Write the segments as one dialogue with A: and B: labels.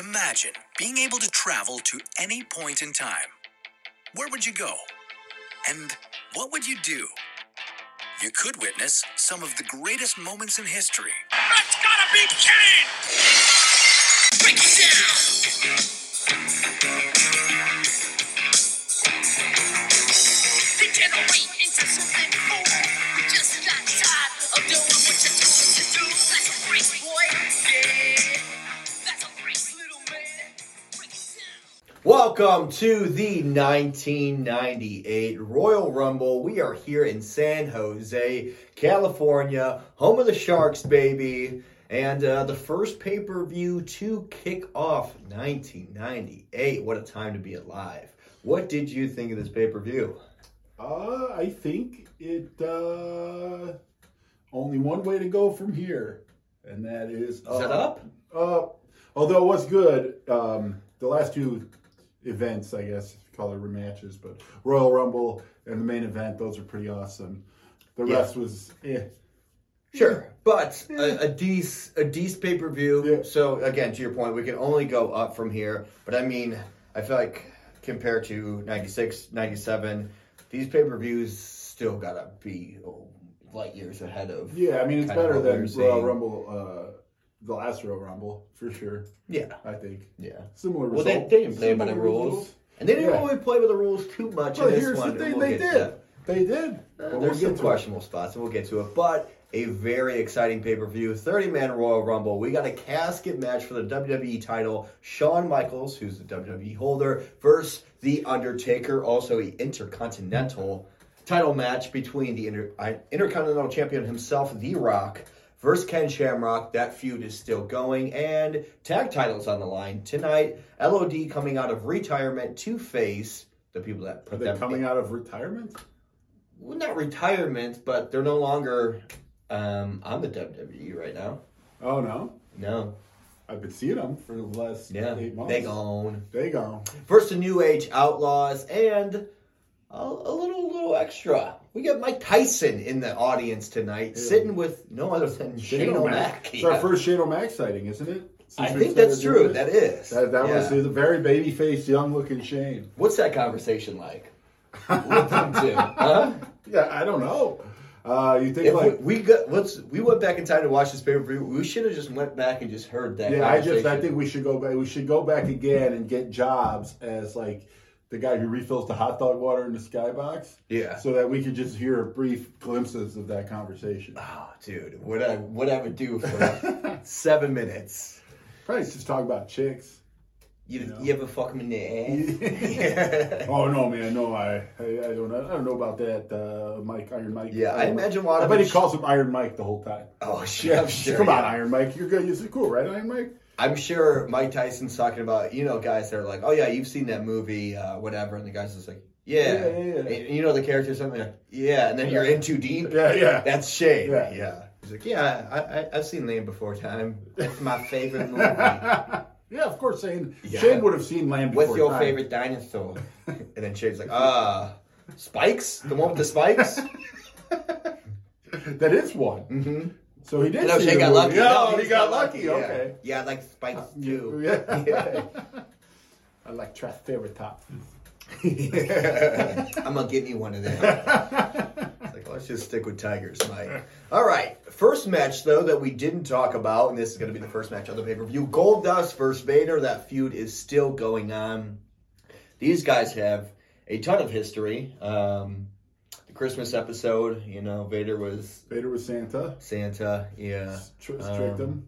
A: Imagine being able to travel to any point in time. Where would you go? And what would you do? You could witness some of the greatest moments in history. That's gotta be kidding! Break it down! Degenerate into something cool. I'm just not tired of doing what you're told to do. That's a break, boy. Yeah. That's a break, little man. Break it down.
B: Welcome to the 1998 Royal Rumble. We are here in San Jose, California, home of the Sharks, baby. And uh, the first pay per view to kick off 1998. What a time to be alive. What did you think of this pay per view?
C: Uh, I think it uh, only one way to go from here, and that is
B: Is that up?
C: Uh, although it was good, um, the last two events, I guess, if you call it rematches, but Royal Rumble and the main event, those are pretty awesome. The
B: Yeah.
C: rest was eh.
B: Sure, but a, a dec a dec pay per view.
C: Yeah.
B: So again, to your point, we can only go up from here. But I mean, I feel like compared to 96, 97, these pay per views still gotta be oh, light years ahead of.
C: yeah. I mean, it's
B: Kinda
C: better
B: what we
C: than
B: were
C: Royal
B: saying.
C: Rumble, uh, the last Royal Rumble for sure.
B: Yeah,
C: I think
B: yeah.
C: similar.
B: Well, they,
C: result,
B: they didn't play by the
C: similar
B: rules, and they didn't
C: Yeah.
B: really play by the rules too much.
C: Well,
B: in this
C: here's
B: one. and
C: the thing:
B: we'll
C: they
B: get to
C: did.
B: that.
C: They did. But
B: Uh,
C: we'll
B: There's
C: get
B: some
C: to it.
B: questionable spots, and we'll get to it. But a very exciting pay per view 30 man Royal Rumble. We got a casket match for the WWE title. Shawn Michaels, who's the WWE holder, versus The Undertaker, also an intercontinental title match between the inter- I- intercontinental champion himself, The Rock, versus Ken Shamrock. That feud is still going, and tag titles on the line. Tonight, LOD coming out of retirement to face. The people that
C: Are
B: put
C: they
B: them
C: coming out of retirement?
B: well, not retirement, but they're no longer um, on the WWE right now.
C: Oh no,
B: No,
C: I've been seeing them for the last
B: yeah,
C: eight months.
B: they gone.
C: They gone.
B: First, the New Age Outlaws, and a, a little little extra. We got Mike Tyson in the audience tonight, sitting with no other than Shane O'Mac.
C: It's
B: Yeah.
C: our first Shane O'Mac sighting, isn't it? Since
B: I
C: we
B: think
C: started
B: that's
C: doing
B: true.
C: this.
B: That is.
C: That, that was
B: Yeah.
C: the very baby faced, young looking Shane.
B: What's that conversation like? with them two, huh?
C: Yeah, I don't know. Uh, you think
B: If
C: like
B: we, we got let's we went back in time to watch this pay per view. We should have just went back and just heard that.
C: Yeah, I just I
B: conversation.
C: think we should go back. We should go back again and get jobs as like the guy who refills the hot dog water in the skybox.
B: Yeah.
C: So that we could just hear brief glimpses of that conversation.
B: Oh, dude, what I what I would do for seven minutes.
C: Probably just talk about chicks.
B: You
C: Yeah.
B: you ever fuck him in the ass?
C: Oh no, man, no, I I, I don't know, I don't know about that, uh, Mike Iron Mike.
B: Yeah, I
C: Iron Mike.
B: imagine a lot
C: I
B: of
C: bet
B: it-
C: he calls him Iron Mike the whole time.
B: oh, sure, I'm sure.
C: come
B: yeah.
C: on, Iron Mike, you're good. This is cool, right, Iron Mike?
B: I'm sure Mike Tyson's talking about you know guys that are like, oh yeah, you've seen that movie, uh, whatever, and the guy's just like, yeah,
C: Yeah, yeah, yeah.
B: And you know the character or something, like, yeah, and then you're in too deep.
C: Yeah, yeah.
B: That's Shane.
C: Yeah.
B: yeah. He's like, yeah, I, I I've seen Land Before Time. That's my favorite movie.
C: yeah, of course. Shane
B: Yeah.
C: Shane would have seen Land before.
B: What's your
C: time.
B: favorite dinosaur? and then Shane's like, ah, spikes, the one with the spikes.
C: That is one. Mm-hmm. So he did.
B: No,
C: see
B: Shane
C: the
B: got
C: movie.
B: lucky.
C: Yeah,
B: No,
C: Oh, he, got, lucky.
B: Yeah.
C: Okay. Uh,
B: Yeah, I like spikes too.
C: Yeah.
B: Yeah.
C: I like Triceratops.
B: I'm gonna give you one of them. It's like, let's just stick with tigers, Mike. All right. First match though that we didn't talk about, and this is gonna be the first match on the pay per view: Gold Dust versus Vader. That feud is still going on. These guys have a ton of history. Um, the Christmas episode, you know, Vader was
C: Vader was Santa.
B: Santa. Yeah.
C: Tr-
B: Um,
C: tricked him.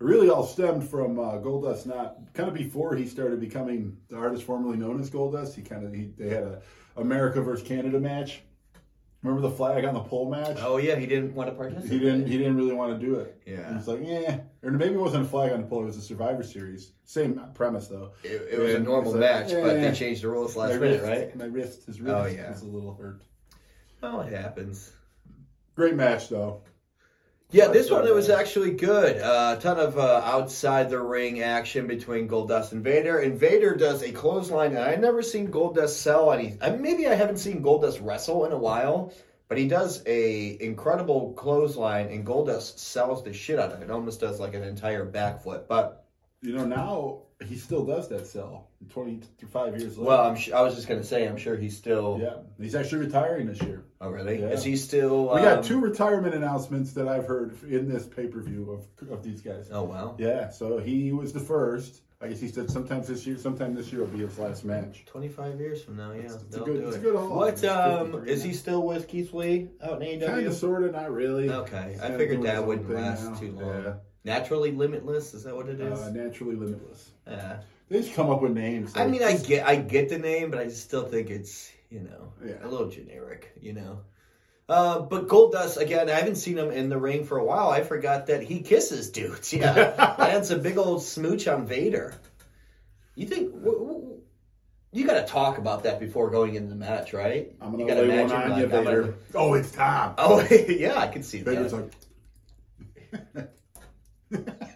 C: It really all stemmed from uh, Goldust. Not kind of before he started becoming the artist formerly known as Goldust. He kind of he, they had a America versus Canada match. Remember the flag on the pole match?
B: Oh yeah, he didn't want to participate.
C: He didn't. He didn't really want to do it.
B: Yeah.
C: He's like, yeah, or maybe it wasn't a flag on the pole. It was a Survivor Series. Same premise though.
B: It, it was a
C: And
B: normal
C: he's like,
B: match, but
C: "Yeah,
B: they changed the rules
C: my
B: last minute,
C: wrist,
B: right?
C: My wrist, his wrist
B: Oh, yeah.
C: is a little hurt.
B: Well, it happens.
C: Great match though.
B: Yeah, this one it was actually good. A uh, ton of uh, outside the ring action between Goldust and Vader. And Vader does a clothesline, and I've never seen Goldust sell any. I, maybe I haven't seen Goldust wrestle in a while, but he does a incredible clothesline, and Goldust sells the shit out of it. Almost does like an entire backflip. But
C: You know now he still does that sell 25 years later.
B: Well, I'm sh- I was just gonna say, I'm sure he's still.
C: yeah, he's actually retiring this year.
B: Oh, really?
C: Yeah.
B: Is he still?
C: we got
B: um,
C: two retirement announcements that I've heard in this pay per view of of these guys.
B: Oh wow.
C: Yeah, so he was the first. I guess he said sometimes this year, sometime this year will be his last match.
B: 25 years from now, yeah,
C: It's- it's a
B: they'll
C: good-
B: do
C: it's a
B: it.
C: good haul.
B: what
C: It's
B: um
C: 53
B: is he
C: now.
B: still with Keith Lee out in AEW?
C: Kind of, sort of, not really.
B: Okay,
C: He's
B: I
C: kinda
B: figured
C: doing his
B: that
C: own
B: wouldn't
C: thing
B: last
C: now.
B: too long. Naturally limitless, is that what it
C: Yeah.
B: is?
C: Uh, naturally limitless.
B: yeah.
C: They just come up with names.
B: I
C: like-
B: mean, I get I get the name, but I still think it's you know
C: Yeah.
B: a little generic, you know. Uh, but Goldust again, I haven't seen him in the ring for a while. I forgot that he kisses dudes. Yeah, that's a big old smooch on Vader. You think w- w- you got to talk about that before going into the match, right?
C: I'm
B: you
C: gonna
B: gotta
C: lay one
B: imagine,
C: on
B: like,
C: you,
B: I'm
C: Vader.
B: gonna-
C: Oh, it's time.
B: Oh yeah, I can see
C: Vader's
B: that.
C: like,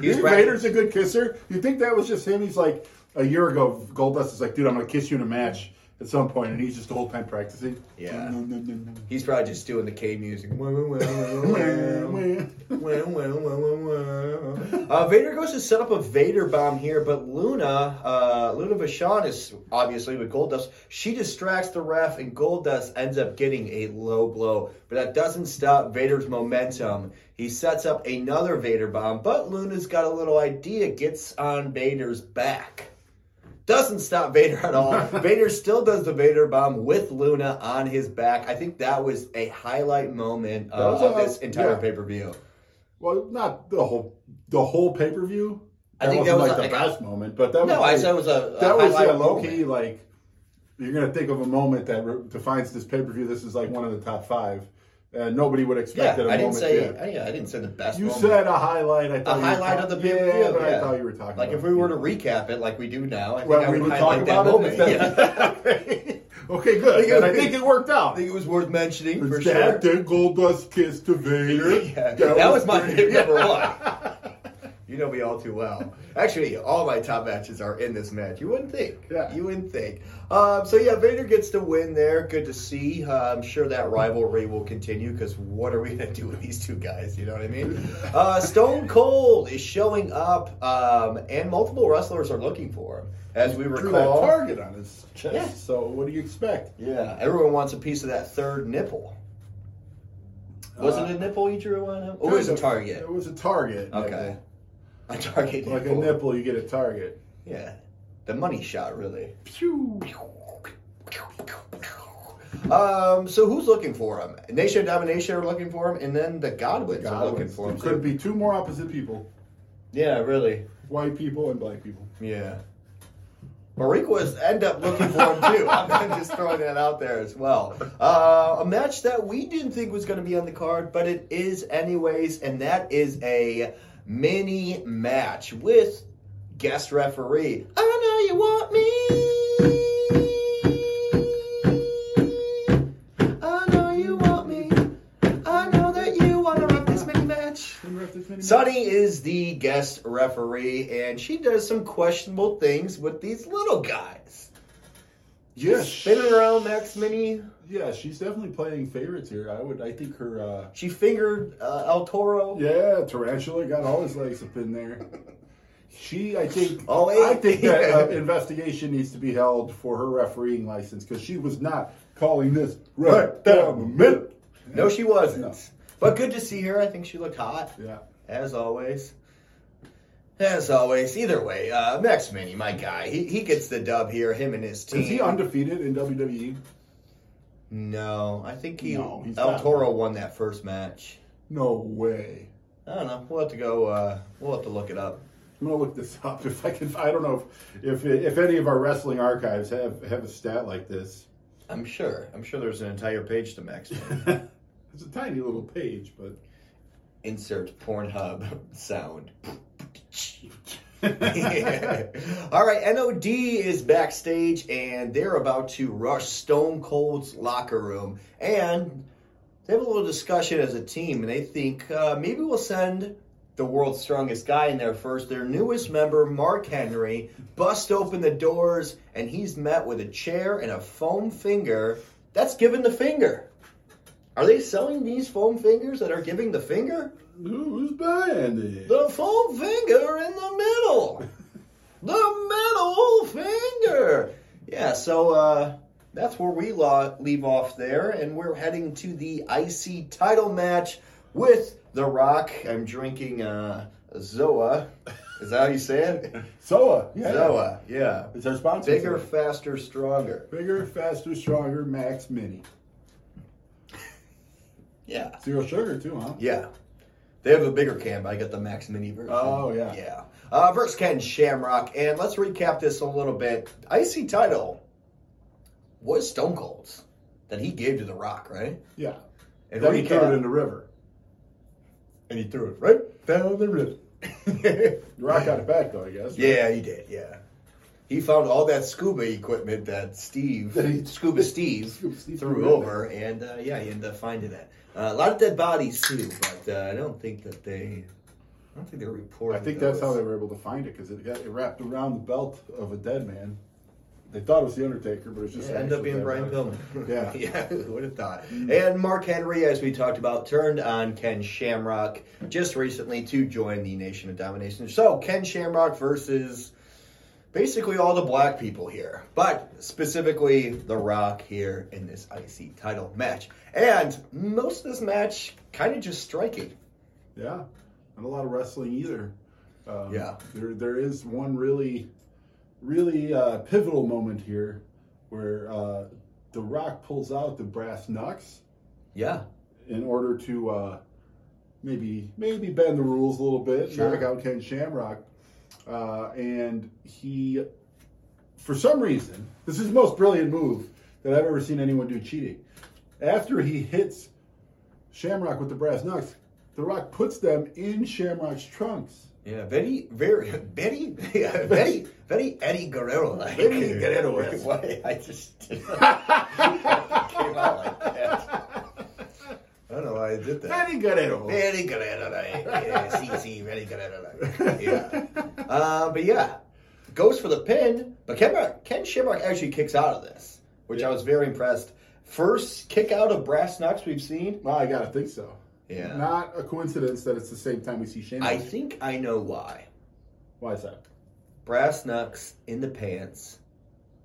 B: He was
C: "Dude,
B: bragging-
C: Vader's a good kisser. You think that was just him? He's like a year ago. Goldust is like, dude, I'm gonna kiss you in a match at some point, and he's just the whole time practicing.
B: Yeah.
C: No, no, no, no.
B: He's probably just doing the K music. Wah, wah, wah, wah, wah. Wah, wah, wah, wah, wah. Uh, Vader goes to set up a Vader bomb here, but Luna, uh, Luna Vachon is obviously with Goldust. She distracts the ref, and Goldust ends up getting a low blow. But that doesn't stop Vader's momentum. He sets up another Vader bomb, but Luna's got a little idea, gets on Vader's back. Doesn't stop Vader at all. Vader still does the Vader bomb with Luna on his back. I think that was a highlight moment uh,
C: That was
B: of
C: a-
B: this entire
C: yeah.
B: pay per view.
C: Well, not the whole the whole pay per view.
B: I think that
C: like
B: was
C: the
B: a-
C: best moment, but that
B: No,
C: was
B: I
C: a-
B: said it was a, a
C: that was
B: highlight
C: a low
B: moment.
C: key like you're gonna think of a moment that re- defines this pay per view. This is like one of the top five. Uh, nobody would
B: Yeah,
C: expect that a
B: I didn't
C: moment.
B: say.
C: yeah.
B: I, yeah, I didn't say the best.
C: you
B: moment.
C: said a highlight. I
B: a
C: thought you were
B: highlight of the
C: talk-
B: pay per
C: Yeah,
B: view.
C: but I thought you were talking.
B: Like
C: about
B: if we were to
C: it.
B: recap it, like we do now, I think I
C: well, we
B: would
C: would talk
B: highlight that
C: about
B: moment.
C: it.
B: Yeah.
C: Yeah. okay, good. And I think it worked
B: I
C: out.
B: think it was worth mentioning for sure.
C: that then Goldust kissed to Vader.
B: Yeah, that, was, my
C: pretty-
B: pick number one. You know me all too well. Actually, all my top matches are in this match. You wouldn't think.
C: Yeah.
B: You wouldn't think. Um, so yeah, Vader gets the win there. Good to see. Uh, I'm sure that rivalry will continue because what are we gonna do with these two guys? You know what I mean? Uh, Stone Cold is showing up, um, and multiple wrestlers are looking for him. As we
C: Drew that
B: recall,
C: target on his chest.
B: Yeah.
C: So what do you expect?
B: yeah, everyone wants a piece of that third nipple. Wasn't
C: Uh,
B: it a nipple he drew on him? Or was it a target?
C: It was a target.
B: Okay. A target.
C: nipple. Like a nipple, you get a target.
B: Yeah. The money shot, really.
C: Phew.
B: Um, so who's looking for him? Nation of Domination are looking for him, and then the Godwins are looking for him.
C: There could
B: too.
C: be two more opposite people:
B: Yeah, really.
C: white people and black people.
B: Yeah. Mariquas end up looking for him too. I'm just throwing that out there as well. Uh, a match that we didn't think was going to be on the card, but it is anyways, and that is a mini match with guest referee. I know you want me. I know you want me. I know that you want to rock this mini match. Sunny is the guest referee, and she does some questionable things with these little guys.
C: Yes.
B: Spinning around Max Mini,
C: Yeah, she's definitely playing favorites here. I would. I think her. uh
B: she fingered uh, El Toro.
C: Yeah, tarantula got all his legs up in there. She, I think,
B: Oh, wait.
C: I think that uh, investigation needs to be held for her refereeing license because she was not calling this right,
B: Right
C: down the
B: down
C: middle.
B: No, she wasn't.
C: No.
B: But good to see her. I think she looked hot,
C: Yeah,
B: as always. As always, either way, uh, Max Mini, my guy, he, he gets the dub here. Him and his team.
C: is he undefeated in E? WWE?
B: no, I think he
C: No, he's
B: El
C: not.
B: Toro won that first match.
C: No way.
B: I don't know. We'll have to go. Uh, we'll have to look it up.
C: I'm gonna look this up if I can. I don't know if if, if any of our wrestling archives have have a stat like this.
B: I'm sure. I'm sure there's an entire page to Max Mini.
C: it's a tiny little page, but
B: insert Pornhub sound. All right, NOD is backstage and they're about to rush Stone Cold's locker room. And they have a little discussion as a team and they think uh, maybe we'll send the world's strongest guy in there first. Their newest member, Mark Henry, busts open the doors and he's met with a chair and a foam finger. That's given the finger. Are they selling these foam fingers that are giving the finger?
C: who's buying it?
B: The foam finger in the so uh, that's where we lo- leave off there, and we're heading to the IC title match with The Rock. I'm drinking uh, Zoa. Is that how you say it?
C: Soa. Yeah.
B: Zoa, yeah.
C: It's our sponsor.
B: Bigger,
C: today.
B: faster, stronger.
C: Bigger, faster, stronger, max mini.
B: Yeah.
C: Zero sugar too, huh?
B: Yeah. They have a bigger can, but I got the Max Mini version.
C: Oh, yeah.
B: Yeah. Uh, versus Ken Shamrock. And let's recap this a little bit. Icy title was Stone Cold's that he gave to The Rock, right?
C: Yeah.
B: And
C: then he threw
B: recap-
C: it in the river.
B: and he threw it right down the river.
C: The Rock got it back though, I guess.
B: yeah, he did. Yeah. He found all that scuba equipment that Steve,
C: That he-
B: Scuba Steve,
C: Scuba Steve
B: threw
C: threw in
B: over, and uh, yeah, he ended up finding that. Uh, a lot of dead bodies too, but uh, I don't think that they, I don't think they reported.
C: I think that's
B: those.
C: how they were able to find it because it got it wrapped around the belt of a dead man. They thought it was the Undertaker, but it was just
B: Yeah, end up
C: actually
B: being
C: dead
B: Brian
C: man.
B: Pillman.
C: Yeah.
B: yeah, who would have thought? And Mark Henry, as we talked about, turned on Ken Shamrock just recently to join the Nation of Domination. So Ken Shamrock versus basically all the black people here, but specifically The Rock here in this IC title match. And most of this match kind of just striking.
C: Yeah, not a lot of wrestling either. Um,
B: Yeah.
C: there there is one really, really uh, pivotal moment here where uh, The Rock pulls out the brass knucks
B: Yeah,
C: in order to uh, maybe maybe bend the rules a little bit,
B: Sure.
C: knock out Ken Shamrock, uh, and he, for some reason, this is the most brilliant move that I've ever seen anyone do cheating. After he hits Shamrock with the brass knucks, The Rock puts them in Shamrock's trunks.
B: yeah, very, very, very, yeah, very, very Eddie Guerrero like.
C: Eddie Guerrero-esque.
B: Why? I just came out like that. I don't know why I did that.
C: Eddie Guerrero.
B: Very Guerrero like. Yeah, see, see, very Guerrero like. Yeah. Uh, but yeah, goes for the pin, but Ken, Ken Shamrock actually kicks out of this, which I was very impressed. First kick out of brass knucks we've seen.
C: Well, I gotta think so.
B: Yeah.
C: Not a coincidence that it's the same time we see Shamrock.
B: I think I know why.
C: Why is that?
B: brass knucks in the pants.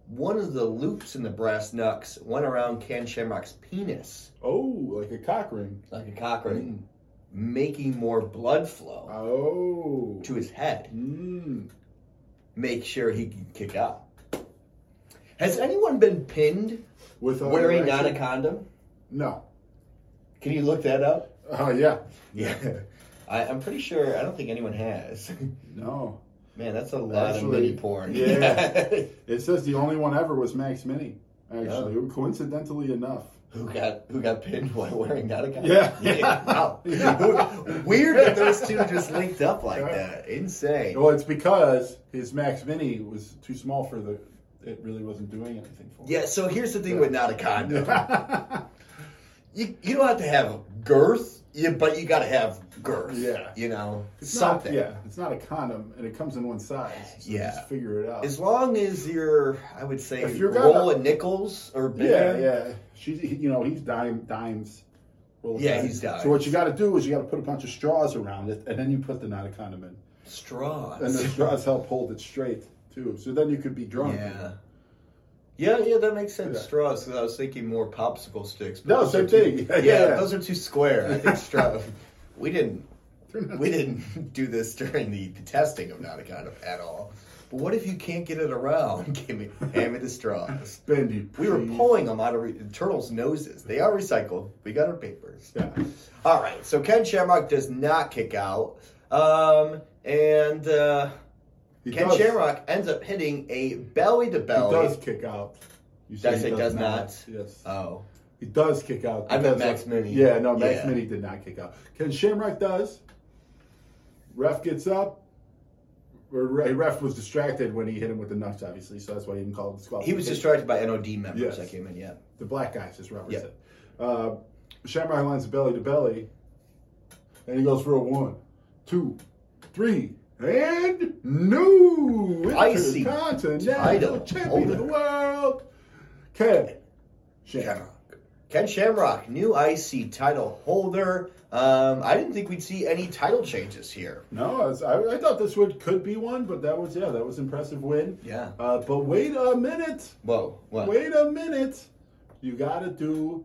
B: One of the loops in the brass knucks went around Ken Shamrock's penis
C: Oh, like a cock ring.
B: like a cock ring,
C: Mm.
B: making more blood flow
C: Oh.
B: to his head.
C: Mm.
B: Make sure he can kick out. Has anyone been pinned
C: With uh,
B: wearing not
C: actually-
B: a condom?
C: No.
B: Can you look that up?
C: Uh, yeah.
B: Yeah. I, I'm pretty sure. I don't think anyone has.
C: No.
B: Man, that's a lot
C: Actually,
B: of mini porn.
C: yeah. It says the only one ever was Max Mini, actually, coincidentally enough.
B: Who got who got pinned while wearing not a condom?
C: Yeah.
B: wow. Weird that those two just linked up like that. Insane.
C: Well, it's because his Max Mini was too small for the. It really wasn't doing anything for
B: Yeah.
C: him.
B: So here's the thing with not a condom.
C: Yeah.
B: You you don't have to have girth, you, but you got to have girth.
C: Yeah.
B: You know
C: It's not-
B: something.
C: yeah, it's not a condom, and it comes in one size. So
B: Yeah.
C: Just figure it out.
B: As long as you're, I would say,
C: If you're gonna-
B: roll of nickels or
C: yeah,
B: bigger.
C: yeah. She's, he- you know, he's dime, dimes. Well,
B: Yeah, he's dimes.
C: So what you got to do is you got to put a bunch of straws around it, and then you put the not a condom in.
B: Straws.
C: And the straws help hold it straight too. So then you could be drunk.
B: Yeah. Yeah, yeah, that makes sense.
C: Yeah.
B: Straws, because I was thinking more popsicle sticks. but
C: No,
B: those
C: same
B: are too-
C: thing. Yeah,
B: Yeah,
C: yeah.
B: those are too square. I think straw. we didn't, we didn't do this during the, the testing of not a condom at all. But what if you can't get it around? Give me, hand me the straws.
C: Bendy.
B: We were
C: please.
B: pulling them out of re- turtles' noses. They are recycled. We got our papers.
C: Yeah.
B: All right, so Ken Shamrock does not kick out, um, and uh,
C: He
B: Ken
C: does-
B: Shamrock ends up hitting a belly to
C: He
B: belly.
C: does kick out. You
B: Did I
C: he
B: say does not?
C: Yes.
B: Oh,
C: he does kick out.
B: I meant
C: because
B: Max
C: of-
B: Mini.
C: Yeah, no, Max
B: Yeah.
C: Mini did not kick out. Ken Shamrock does. Ref gets up. Or re- Ref was distracted when he hit him with the nuts, obviously, so that's why he didn't call it
B: he was distracted
C: disqualification.
B: by NOD members
C: Yes.
B: that came in. Yeah,
C: the black guys, as Robert
B: Yeah.
C: said. Uh, Shamrock lines belly to belly, and he goes for a one, two, three, and new
B: Icy
C: Intercontinental
B: title
C: champion of the
B: holder.
C: world, Ken Shamrock.
B: Ken Shamrock, new IC title holder. Um, I didn't think we'd see any title changes here.
C: No, I, was, I, I thought this would could be one, but that was yeah, that was impressive win.
B: Yeah.
C: Uh, but wait a minute.
B: Whoa, what?
C: Wait a minute. You got to do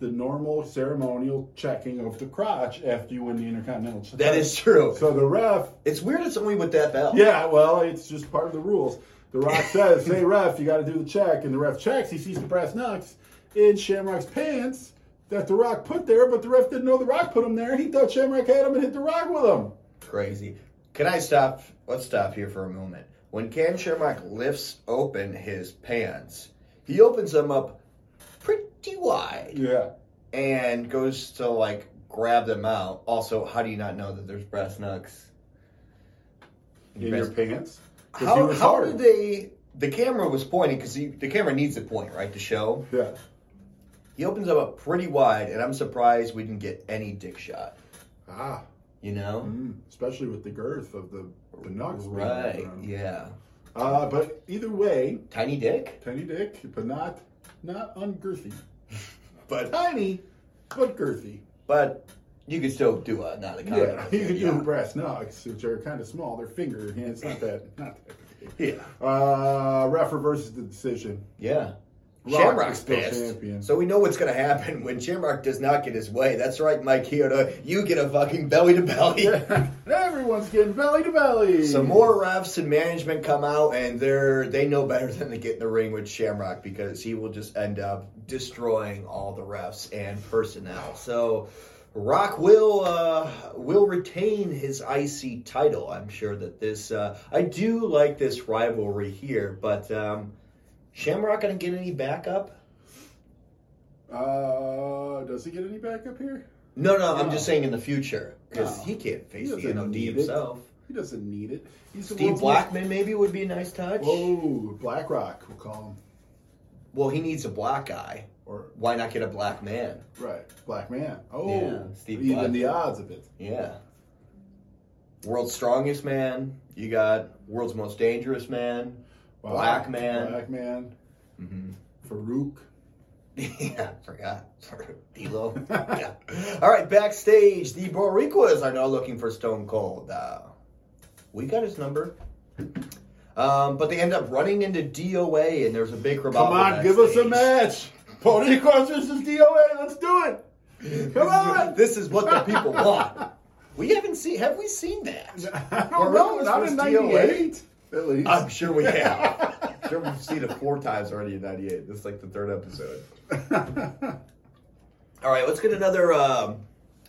C: the normal ceremonial checking of the crotch after you win the Intercontinental.
B: That
C: title.
B: is true.
C: So the ref,
B: It's weird it's only with that bell.
C: yeah, well, it's just part of the rules. The Rock says, "Hey ref, you got to do the check," and the ref checks. He sees the brass knucks in Shamrock's pants that the Rock put there, but the ref didn't know the Rock put him there. He thought Shamrock had him and hit the Rock with him.
B: Crazy. Can I stop? Let's stop here for a moment. When Ken Shamrock lifts open his pants, he opens them up pretty wide
C: Yeah.
B: and goes to like grab them out. Also, how do you not know that there's brass knucks?
C: in your pants. 'Cause he
B: How,
C: was
B: how
C: hard.
B: did they? The camera was pointing because the camera needs to point, right, to show.
C: Yeah.
B: He opens them up pretty wide, and I'm surprised we didn't get any dick shot.
C: Ah.
B: You know,
C: Mm, especially with the girth of the the nuts. being
B: right?
C: around.
B: Yeah,
C: Uh, but either way,
B: tiny dick,
C: tiny dick, but not not ungirthy.
B: but
C: Tiny, but girthy.
B: but you could still do a not a
C: Yeah.
B: contest.
C: You can
B: yeah.
C: do brass knocks, which are kind of small. They're finger. Yeah, it's not that. Not that. big.
B: Yeah,
C: Uh, ref reverses the decision.
B: yeah.
C: Rock
B: Shamrock's
C: is still
B: pissed.
C: champion.
B: So we know what's going to happen when Shamrock does not get his way. That's right, Mike Kyoto. You get a fucking belly to belly.
C: Everyone's getting belly to belly.
B: Some more refs and management come out, and they're they know better than to get in the ring with Shamrock because he will just end up destroying all the refs and personnel. So Rock will uh, will retain his IC title. I'm sure that this uh, I do like this rivalry here, but um, Shamrock gonna get any backup?
C: Uh, does he get any backup here?
B: No, no, I'm
C: No.
B: just saying in the future because
C: No.
B: he can't face
C: He
B: the
C: doesn't
B: NOD
C: need it.
B: himself.
C: He doesn't need it. He's the
B: Steve
C: world's
B: Blackman maybe would be a nice touch.
C: most- Whoa, BlackRock, we'll call him,
B: Well, he needs a black guy.
C: or
B: why not get a black man?
C: right, Black Man. Oh,
B: Yeah, Steve
C: even
B: Black.
C: the odds of it.
B: Yeah. World's strongest man. You got world's most dangerous man.
C: Wow.
B: Black Man.
C: Black Man,
B: Mm-hmm.
C: Farouk.
B: yeah, forgot. D'Lo. yeah. All right, backstage, the Boricuas are now looking for Stone Cold. Uh, we got his number. Um, but they end up running into DOA, and there's a big revival.
C: Come on, give us a
B: backstage.
C: match. Boricua versus DOA. Let's do it. Come on.
B: This is what the people want. We haven't seen. Have we seen that?
C: I don't
B: Boricua
C: know. Not
B: versus
C: in
B: DOA?
C: '98, at least.
B: I'm sure we have. I'm sure we've seen it four times already in 98. This is like the third episode. All right, let's get another um,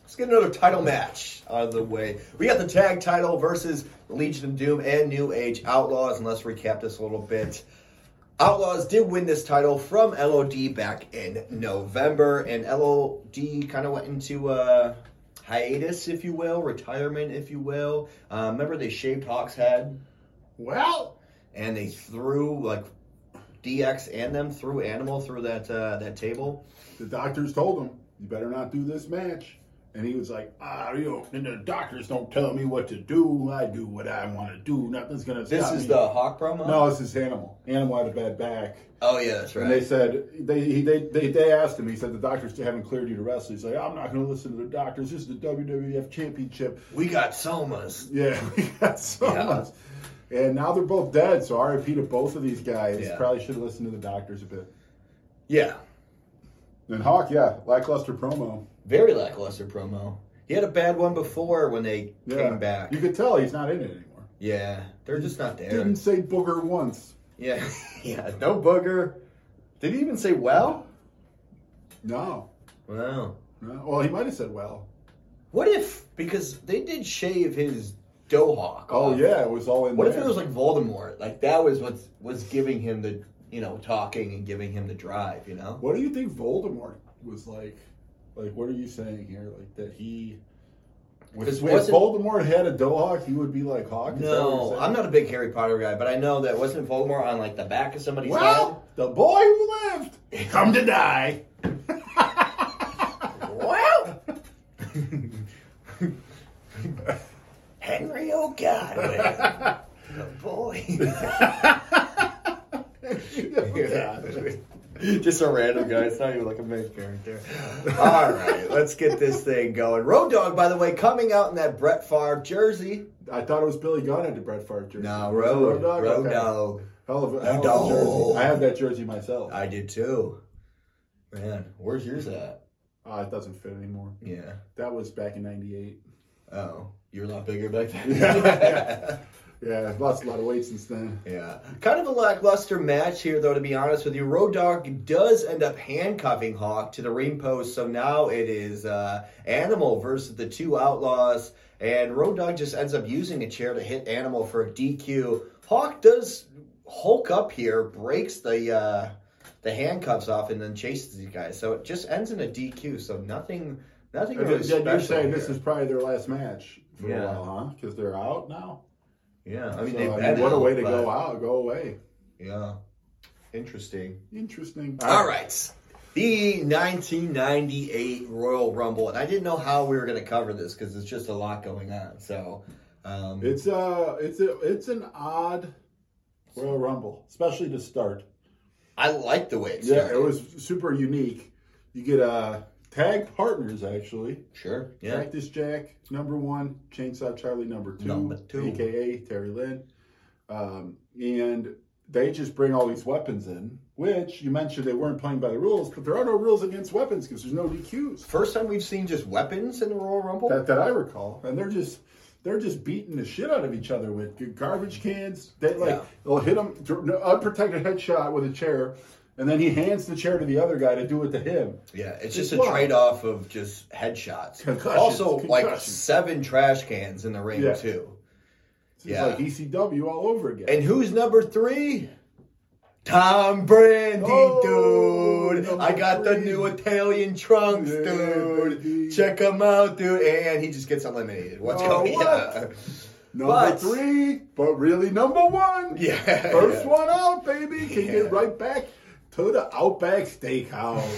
B: let's get another title match out of the way. We got the tag title versus Legion of Doom and New Age Outlaws, and let's recap this a little bit. Outlaws did win this title from LOD back in November, and LOD kind of went into uh, hiatus, if you will, retirement, if you will. Uh, remember they shaved Hawk's head?
C: well,
B: and they threw like DX and them threw Animal through that uh, that table.
C: the doctors told him, "You better not do this match." And he was like, "Ah, you know, and the doctors don't tell me what to do. I do what I want to do. Nothing's gonna
B: This
C: stop
B: is
C: me."
B: the Hawk promo.
C: No, this is Animal. Animal had a bad back.
B: Oh yeah, that's
C: And they
B: right.
C: said, they, he, they, they, they asked him, he said, the doctors haven't cleared you to wrestle. He's like, I'm not going to listen to the doctors. This is the WWF Championship.
B: We got Somas.
C: Yeah, we got so
B: Yeah.
C: much. And now they're both dead, so RIP to both of these guys.
B: Yeah.
C: Probably should have listened to the doctors a bit.
B: Yeah,
C: And Hawk, yeah, lackluster promo.
B: very lackluster promo. He had a bad one before when they
C: Yeah.
B: came back.
C: You could tell he's not in it anymore.
B: Yeah, they're just not there.
C: Didn't say booger once.
B: Yeah, yeah, no booger. Did he even say well?
C: No.
B: Wow.
C: no. Well, he might have said, well.
B: What if because they did shave his Dohawk?
C: Oh,
B: off.
C: yeah, it was all in
B: What if
C: there.
B: it was like Voldemort? Like that was what was giving him the you know talking and giving him the drive. You know.
C: What do you think Voldemort was like? Like, what are you saying here? Like that he, if,
B: 'Cause
C: if
B: wasn't-
C: Voldemort had a Dohawk, he would be like Hawk. Is that what you're
B: No,
C: saying?
B: I'm not a big Harry Potter guy, but I know that wasn't Voldemort on like the back of somebody's
C: Well, the boy who lived come to die.
B: head. Well, Henry O'Godwin, the boy.
C: Yeah.
B: Just a random guy. It's not even like a main character. All right, let's get this thing going. Road Dog, by the way, coming out in that Brett Favre jersey.
C: I thought it was Billy Gunn at the Brett Favre jersey.
B: No,
C: Was it
B: Road.
C: Dogg?
B: Road
C: Okay.
B: Dog.
C: Hell of a,
B: Road
C: hell of a
B: Dogg.
C: jersey. I have that jersey myself.
B: I did too. Man, where's yours at?
C: Ah, it doesn't fit anymore.
B: Yeah.
C: That was back in '98.
B: Oh, you were a lot bigger back then.
C: Yeah. Yeah, I've lost a lot of weight since then.
B: Yeah. Kind of a lackluster match here, though, to be honest with you. Road Dogg does end up handcuffing Hawk to the ring post, so now it is uh, Animal versus the two Outlaws, and Road Dogg just ends up using a chair to hit Animal for a DQ. Hawk does hulk up here, breaks the. Uh, the handcuffs off and then chases these guys, so it just ends in a DQ. So nothing, nothing
C: And
B: really
C: then
B: special.
C: you're saying
B: here.
C: this is probably their last match for
B: Yeah.
C: a while, huh? Because they're out now.
B: yeah. I mean,
C: So,
B: they've
C: I mean,
B: been
C: what a
B: out,
C: way to
B: but-
C: go out, go away.
B: Yeah, interesting.
C: Interesting.
B: All right. The 1998 Royal Rumble, and I didn't know how we were going to cover this because it's just a lot going on. So, um,
C: It's uh it's a it's an odd Royal Rumble, especially to start.
B: I like the way it
C: Yeah,
B: started.
C: it was super unique. You get uh tag partners actually.
B: sure. Yeah,
C: Cactus Jack, number one, Chainsaw Charlie number two,
B: Number two.
C: aka Terry Lynn. Um, and they just bring all these weapons in, which you mentioned they weren't playing by the rules, but there are no rules against weapons because there's no DQs.
B: first time we've seen just weapons in the Royal Rumble.
C: that, that I recall, and they're just they're just beating the shit out of each other with good garbage cans. They like
B: Yeah.
C: they'll hit him unprotected headshot with a chair, and then he hands the chair to the other guy to do it to him.
B: yeah, it's just a
C: It's wild.
B: trade off of just headshots.
C: Concussions,
B: also, like
C: concussions.
B: seven trash cans in the ring
C: Yeah.
B: too.
C: It's
B: Yeah.
C: like ECW all over again.
B: And who's number three? Tom Brandy,
C: Oh,
B: dude.
C: number
B: I got the
C: three.
B: new Italian trunks,
C: Yeah, baby.
B: dude. Check him out, dude. And he just gets eliminated. What's
C: Oh,
B: going
C: what?
B: on?
C: number
B: but-
C: three, but really number one.
B: Yeah.
C: first one out, baby. Can
B: Yeah.
C: get right back to the Outback Steakhouse.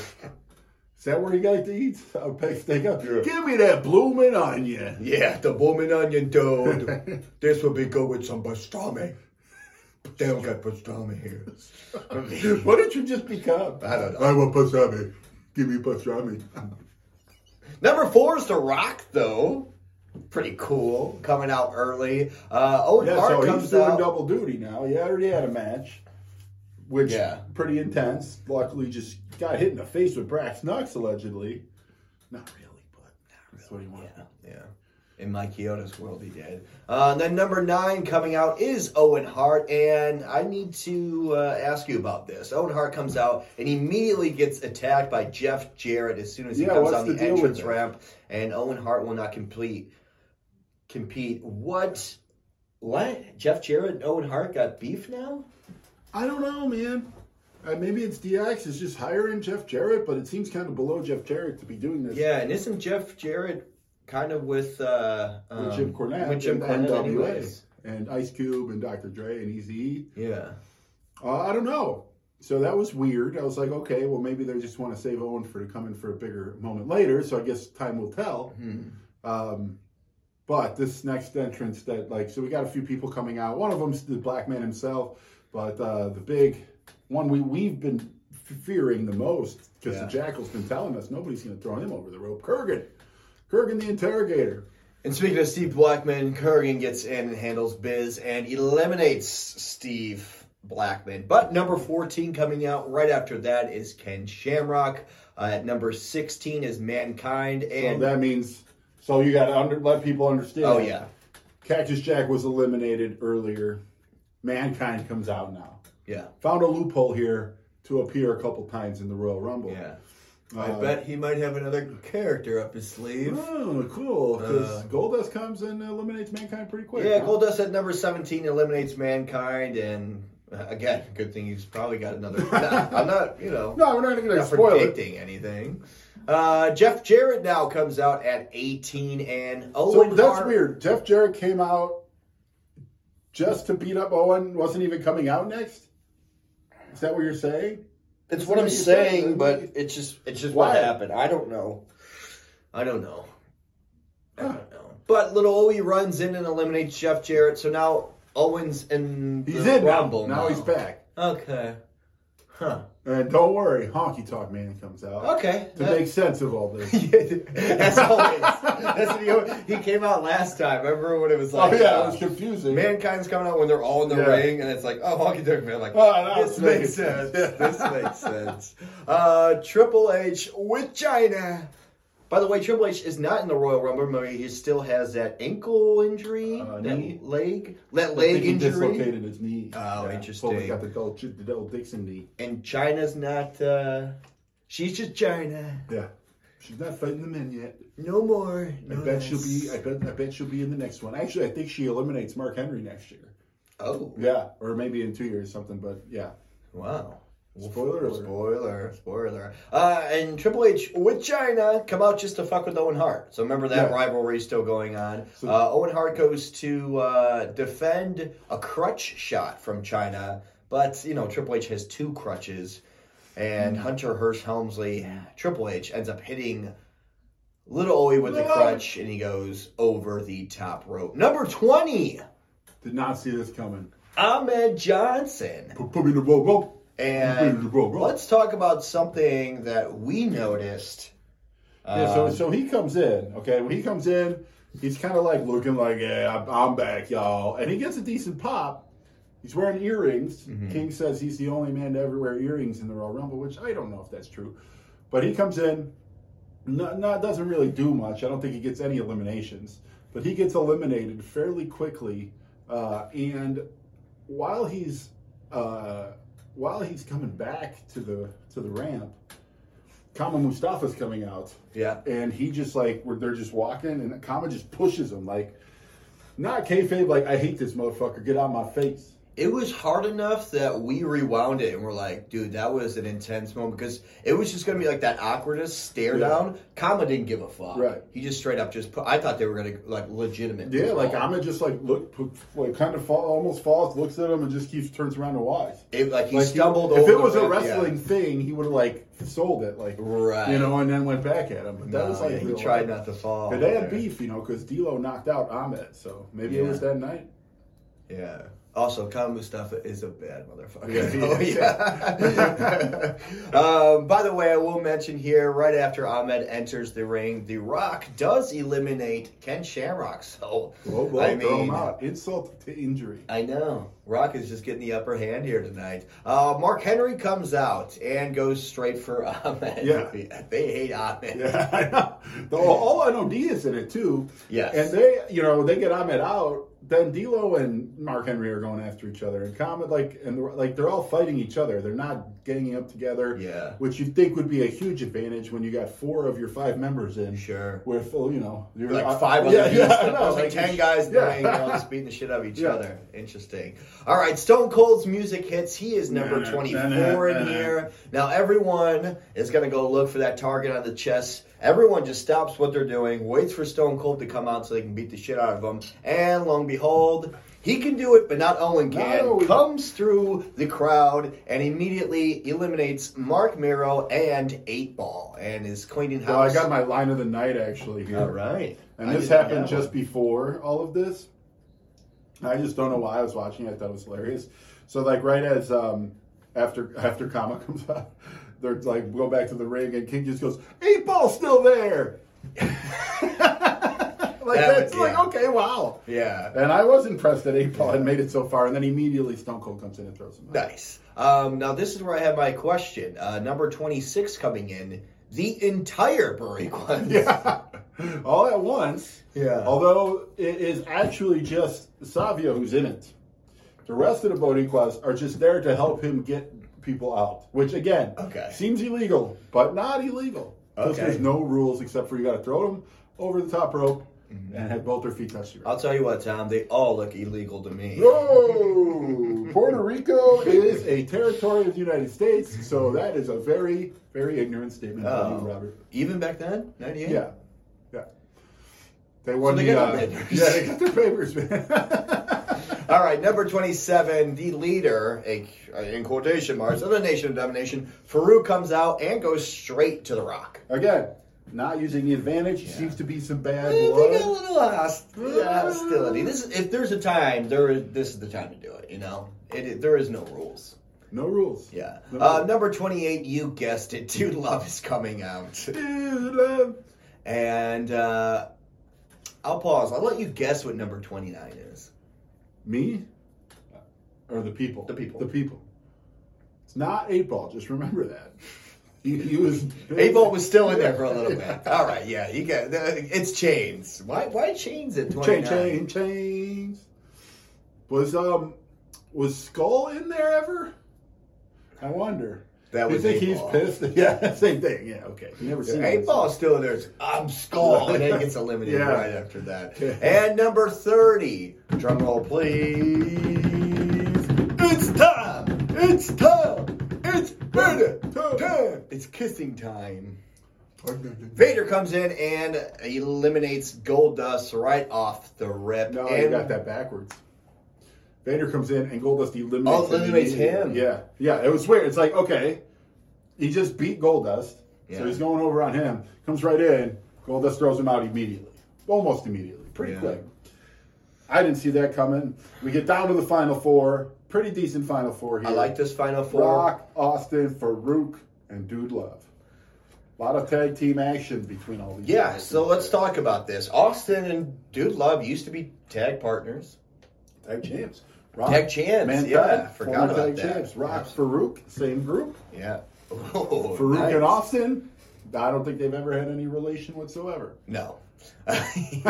C: Is that where you got to eat? Outback Steakhouse.
B: Yeah.
C: Give me that blooming onion.
B: Yeah, the woman onion, dude. this would be good with some pastrami. But they don't get pastrami here.
C: What did you just become?
B: I don't know.
C: I want pastrami. Give me pastrami.
B: Number four is The Rock, though. Pretty cool. Coming out early. Uh, Owen
C: Yeah,
B: Hart
C: so
B: comes
C: he's doing
B: out.
C: double duty now. He already had a match, which
B: Yeah.
C: pretty intense. Luckily, just got hit in the face with Brax Knox allegedly. Not really, but that's what he wanted.
B: Yeah. In Mike Kyoto's world, he did. Uh, and then number nine coming out is Owen Hart, and I need to uh, ask you about this. Owen Hart comes out and immediately gets attacked by Jeff Jarrett as soon as he
C: Yeah,
B: comes
C: what's
B: on
C: the
B: the,
C: deal with
B: entrance
C: that?
B: ramp, and Owen Hart will not complete compete. What? What? Jeff Jarrett and Owen Hart got beef now?
C: I don't know, man. Uh, maybe it's DX is just hiring Jeff Jarrett, but it seems kind of below Jeff Jarrett to be doing this.
B: Yeah, and isn't Jeff Jarrett kind of with uh, um,
C: With Jim Cornette,
B: With Jim
C: and
B: Cornette,
C: NWA,
B: anyways.
C: and Ice Cube, and Dr. Dre, and Eazy-E.
B: Yeah.
C: Uh, I don't know. So that was weird. I was like, okay, well, maybe they just want to save Owen for to come in for a bigger moment later. So I guess time will tell.
B: Hmm.
C: Um, but this next entrance that, like, so we got a few people coming out. One of them's the black man himself, but uh, the big one we, we've been f- fearing the most because
B: Yeah.
C: the Jackal's been telling us nobody's going to throw him over the rope. Kurgan. Kurgan the interrogator.
B: And speaking of Steve Blackman, Kurgan gets in and handles Biz and eliminates Steve Blackman. But number 14 coming out right after that is Ken Shamrock. Uh, at number 16 is Mankind.
C: So
B: And
C: that means, so you got to under, let people understand.
B: oh, yeah.
C: Cactus Jack was eliminated earlier. Mankind comes out now.
B: Yeah.
C: Found a loophole here to appear a couple times in the Royal Rumble.
B: Yeah.
C: Uh,
B: he might have another character up his sleeve.
C: Oh, cool. Because
B: Uh,
C: Goldust comes and eliminates Mankind pretty quick.
B: Yeah,
C: huh?
B: Goldust at number 17 eliminates Mankind. And uh, again, good thing he's probably got another. I'm not, you know.
C: No, we're not going to
B: not
C: spoil it.
B: predicting anything. Uh, Jeff Jarrett now comes out at 18, and
C: So
B: Owen
C: that's
B: Hart-
C: weird. Jeff Jarrett came out just to beat up Owen, wasn't even coming out next? Is that what you're saying?
B: It's what I'm
C: That's
B: saying,
C: weird.
B: but it's just it's just
C: Why?
B: what happened. I don't know. I don't know. I don't know. But little Owie runs in and eliminates Jeff Jarrett, so now Owen's in the
C: He's in now.
B: Rumble.
C: now. he's back.
B: Okay. Huh.
C: And don't worry, Honky Talk Man comes out
B: Okay.
C: to
B: that-
C: make sense of all this.
B: As always. That's what he, always- he came out last time. Remember when it was
C: oh
B: like,
C: yeah, it
B: uh,
C: was confusing.
B: Mankind's coming out when they're all in the
C: Yeah.
B: ring, and it's like, oh, Honky Tonk Man, like,
C: Oh, that
B: this
C: was
B: makes
C: making
B: sense.
C: sense.
B: this makes sense. Uh, Triple H with China. By the way, Triple H is not in the Royal Rumble. Remember, he still has that ankle injury,
C: Uh,
B: that
C: knee?
B: leg, that
C: I
B: leg
C: think he
B: injury,
C: dislocated his knee.
B: Oh,
C: Yeah.
B: interesting.
C: Well, he's got the old, the old Dixon knee.
B: and China's not. Uh, she's just China.
C: Yeah, she's not fighting the men yet.
B: No more.
C: I
B: No
C: bet
B: less.
C: she'll be. I bet. I bet she'll be in the next one. Actually, I think she eliminates Mark Henry next year.
B: oh,
C: Yeah, or maybe in two years something. But yeah,
B: wow.
C: spoiler alert.
B: Spoiler, spoiler. Uh, and Triple H with China come out just to fuck with Owen Hart. So remember that
C: Yeah.
B: rivalry is still going on.
C: So-
B: uh, Owen Hart goes to uh, defend a crutch shot from China, but you know Triple H has two crutches,
C: Hmm.
B: and Hunter Hearst Helmsley Triple H ends up hitting. Little Owie with the
C: Little Owie.
B: crutch, and he goes over the top rope. Number 20,
C: Did not see this coming.
B: Ahmed Johnson.
C: Put, put me in the rope, rope. Put me in the
B: And
C: rope, rope.
B: let's talk about something that we noticed.
C: Yeah, so so he comes in. Okay, when he comes in, he's kind of like looking like, "Yeah, I'm- I'm back, y'all," and he gets a decent pop. He's wearing earrings. King says he's the only man to ever wear earrings in the Royal Rumble, which I don't know if that's true, but he comes in. No, no, doesn't really do much. I don't think he gets any eliminations, but he gets eliminated fairly quickly. Uh, and while he's uh, while he's coming back to the to the ramp, Kama Mustafa's coming out
B: Yeah.
C: and he just like where they're just walking, and Kama just pushes him like, not kayfabe. Like I hate this motherfucker. Get out my face.
B: It was hard enough that we rewound it and we're like, dude, that was an intense moment because it was just going to be like that awkwardness stare
C: Yeah.
B: down. Kama didn't give a fuck.
C: Right.
B: He just straight up just put, I thought they were going to like legitimate.
C: Yeah, like
B: I'm.
C: Ama just like look, put, like kind of fall, almost falls, looks at him, and just keeps turns around and walks.
B: It, like he
C: Like,
B: stumbled
C: If
B: over.
C: it was
B: the
C: a
B: ramp, yeah.
C: wrestling thing, he would have like sold it, like
B: Right.
C: you know, and then went back at him. But that
B: No,
C: was like
B: yeah, he
C: real-
B: tried not to fall.
C: And they had
B: there.
C: beef, you know, because D'Lo knocked out Ahmed, so maybe it
B: Yeah.
C: was that night.
B: Yeah. Also, Kyle Mustafa is a bad motherfucker.
C: Yeah, he
B: Oh,
C: is.
B: yeah. um, by the way, I will mention here right after Ahmed enters the ring, The Rock does eliminate Ken Shamrock. So,
C: Whoa, whoa,
B: I
C: throw
B: mean,
C: him out. Insult to injury.
B: I know. Rock is just getting the upper hand here tonight. Uh, Mark Henry comes out and goes straight for Ahmed.
C: Yeah.
B: They hate Ahmed.
C: Yeah, I know. The, all, all NOD is in it too.
B: Yes.
C: And they, you know, they get Ahmed out. Then D'Lo and Mark Henry are going after each other, and Comet like and they're- like they're all fighting each other. They're not ganging up together.
B: Yeah.
C: Which you think would be a huge advantage when you got four of your five members in.
B: Sure.
C: With oh, you know, you're
B: like five other
C: yeah,
B: dudes.
C: Yeah, I
B: There's
C: know,
B: like, ten
C: you-
B: guys in the ring,
C: yeah.
B: all just beating the shit out of each
C: Yeah.
B: other. Interesting. All right, Stone Cold's music hits. He is number
C: Nah, nah,
B: twenty-four
C: nah,
B: in
C: nah.
B: here. Now everyone is gonna go look for that target on the chest. Everyone just stops what they're doing, waits for Stone Cold to come out so they can beat the shit out of him. And lo and behold, he can do it, but not Owen can.
C: Owen.
B: Comes through the crowd and immediately eliminates Mark Miro and Eight Ball, and is cleaning house.
C: Well, I got my line of the night actually here.
B: all right.
C: And
B: I
C: this
B: didn't
C: happened
B: have one.
C: just before all of this. I just don't know why I was watching. it. I thought it was hilarious. So like right as um after after Kama comes out, they're like go back to the ring and King just goes, Eight ball still there. like
B: That
C: that's
B: was-
C: like
B: yeah.
C: okay, wow.
B: Yeah.
C: And I was impressed that eight ball had made it so far, and then immediately Stone Cold comes in and throws him. out.
B: Nice. Um, now this is where I have my question. Uh, number twenty-six coming in. The entire Bury Cleanse.
C: Yeah. All at once.
B: Yeah.
C: Although it is actually just Savio who's in it. The rest of the Boricuas are just there to help him get people out, which again
B: Okay.
C: seems illegal, but not illegal. Because
B: Okay.
C: there's no rules except for you got to throw them over the top rope and have both their feet touch the ground.
B: Mm-hmm. I'll tell you what, Tom. They all look illegal to me. Um,
C: Whoa! Puerto Rico is a territory of the United States, so that is a very, very ignorant statement
B: Oh.
C: by you, Robert.
B: Even back then, ninety-eight.
C: Yeah, yeah. They won
B: So they
C: the.
B: got
C: uh,
B: their papers.
C: yeah, they got their papers, man.
B: All right, number twenty-seven. The leader, a, in quotation marks, of the Nation of Domination, Farouk comes out and goes straight to the Rock.
C: Again, not using the advantage. Seems to be some bad
B: Eh, They got a
C: blood.
B: little host- hostility. This is, if there's a time, there is, this is the time to do it. You know, it, it- there is no rules.
C: No rules.
B: Yeah.
C: No
B: Uh,
C: rules.
B: number 28, you guessed it, Dude Love is coming out.
C: Dude, love.
B: And uh, I'll pause. I'll let you guess what number 29 is.
C: Me? Or the people?
B: Uh, The people.
C: The people. It's not 8 Ball, just remember that. He, he was.
B: Abel was still in there for a little bit. All right, yeah, you got it's chains. Why why chains at 29?
C: Chain, chain, chains. Was um, was Skull in there ever? I wonder.
B: That
C: you
B: was
C: think
B: eight
C: he's
B: ball.
C: pissed? Yeah, same thing. Yeah, okay. You never seen
B: Eight
C: this.
B: ball is still in there. It's, I'm skull, and then gets eliminated
C: Yeah.
B: right after that. And number 30, drum roll please. It's time! It's time! It's Vader time! It's kissing time. Vader comes in and eliminates Gold Dust right off the rip.
C: No,
B: and
C: you got that backwards. Vader comes in and Goldust eliminates.
B: Oh,
C: him
B: eliminates
C: immediately.
B: him.
C: Yeah, yeah. It was weird. It's like okay, he just beat Goldust,
B: Yeah.
C: so he's going over on him. Comes right in. Goldust throws him out immediately, almost immediately, pretty
B: Yeah.
C: quick. I didn't see that coming. We get down to the final four. Pretty decent final four here.
B: I like this final four.
C: Rock, Austin, Farouk, and Dude Love. A lot of tag team action between all these.
B: Yeah,
C: guys.
B: so let's talk about this. Austin and Dude Love used to be tag partners.
C: Tag champs. Rock,
B: Tag champs,
C: Mankind,
B: yeah, forgot
C: former
B: about
C: tag
B: that.
C: champs. Rock, Farouk, same group.
B: Yeah. Oh,
C: Farouk
B: nice.
C: and Austin. I don't think they've ever had any relation whatsoever.
B: No. they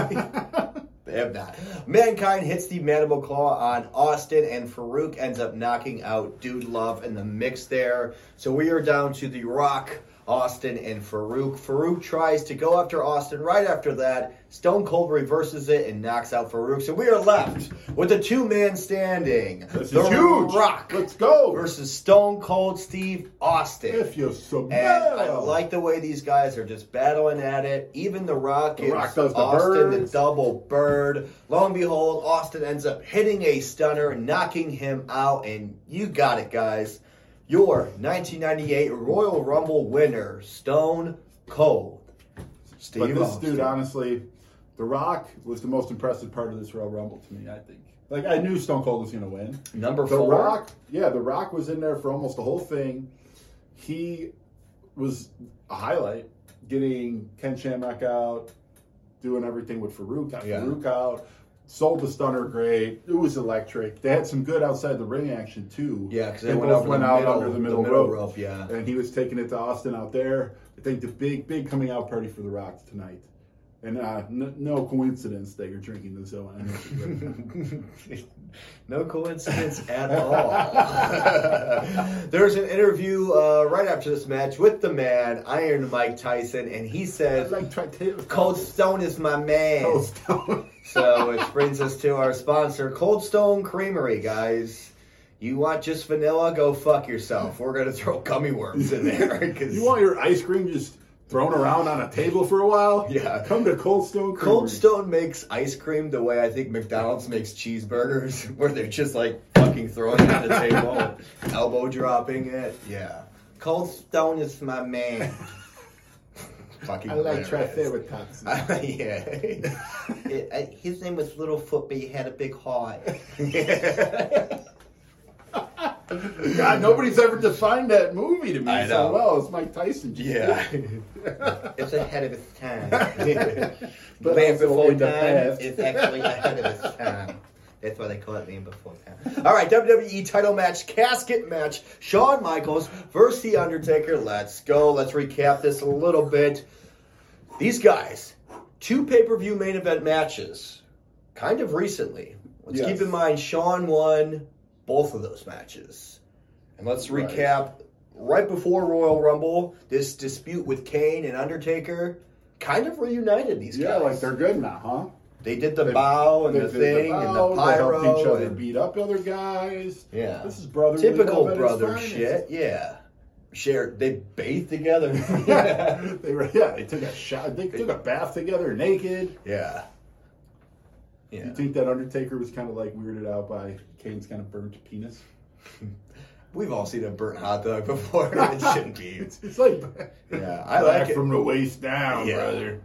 B: have not. Mankind hits the mandible claw on Austin, and Farouk ends up knocking out Dude Love in the mix there. So we are down to The Rock, Austin, and Farouk. Farouk tries to go after Austin right after that. Stone Cold reverses it and knocks out Farouk. So we are left with a two man standing.
C: This
B: the
C: is huge.
B: Rock
C: Let's go.
B: versus Stone Cold Steve Austin.
C: If you smell.
B: And I like the way these guys are just battling at it. Even The Rock gives
C: Rock does the
B: Austin
C: birds.
B: the double bird. Lo and behold, Austin ends up hitting a stunner, knocking him out, and you got it, guys. Your 1998 Royal Rumble winner, Stone Cold. Steve
C: But this
B: Austin.
C: dude, honestly, The Rock was the most impressive part of this Royal Rumble to me. I think. Like I knew Stone Cold was going to win.
B: number
C: The
B: four.
C: Rock, yeah, The Rock was in there for almost the whole thing. He was a highlight, getting Ken Shamrock out, doing everything with Farouk, got
B: Yeah.
C: Farouk out, sold the stunner great. It was electric. They had some good outside the ring action too.
B: Yeah, because they,
C: both
B: went, over the middle,
C: under the middle, rope,
B: rope. Yeah.
C: and he was taking it to Austin out there. I think the big, big coming out party for The Rock tonight. And uh, n- no coincidence that you're drinking this O energy right now.
B: no coincidence at all. There's an interview uh, right after this match with the man, Iron Mike Tyson, and he says,
C: like try to
B: Cold Stone is my man.
C: Cold Stone.
B: So, which brings us to our sponsor, Cold Stone Creamery, guys. You want just vanilla? Go fuck yourself. We're going to throw gummy worms in there. 'cause-
C: You want your ice cream just thrown around on a table for a while?
B: Yeah.
C: Come to Cold Stone Creamery.
B: Cold Stone makes ice cream the way I think McDonald's makes cheeseburgers, where they're just like fucking throwing it on the table, elbow dropping it. Yeah. Cold Stone is my man. fucking
C: I like
B: hilarious.
C: Triceratops.
B: yeah. It- I- his name was Littlefoot, but he had a big heart. Yeah.
C: God, nobody's ever defined that movie to me
B: I know.
C: so well. It's Mike Tyson.
B: it's ahead of its time.
C: But
B: Land
C: also
B: Before
C: in the
B: Time
C: past.
B: is actually ahead of its time. That's why they call it Land Before Time. All right, WWE title match, casket match, Shawn Michaels versus The Undertaker. Let's go. Let's recap this a little bit. These guys, two pay per view main event matches, kind of recently. Let's
C: Yes.
B: keep in mind, Shawn won both of those matches. And let's
C: Right.
B: recap right before Royal Rumble, this dispute with Kane and Undertaker kind of reunited these
C: Yeah,
B: guys.
C: like they're good now, huh?
B: They did the
C: They-
B: bow and
C: they
B: the
C: did
B: thing and
C: bow,
B: the pyro.
C: They helped each other
B: and-
C: beat up other guys.
B: Yeah.
C: This is brotherly
B: typical
C: love at its
B: brother
C: finest.
B: shit. Yeah. Shared. They bathed together.
C: they were, yeah, they took a shot. They took a bath together naked.
B: yeah.
C: You
B: Yeah.
C: think that Undertaker was kind of like weirded out by Kane's kind of burnt penis?
B: We've all seen a burnt hot dog before. it shouldn't be.
C: It's, it's like
B: Yeah, I
C: black
B: like it.
C: from the waist down,
B: Yeah.
C: brother.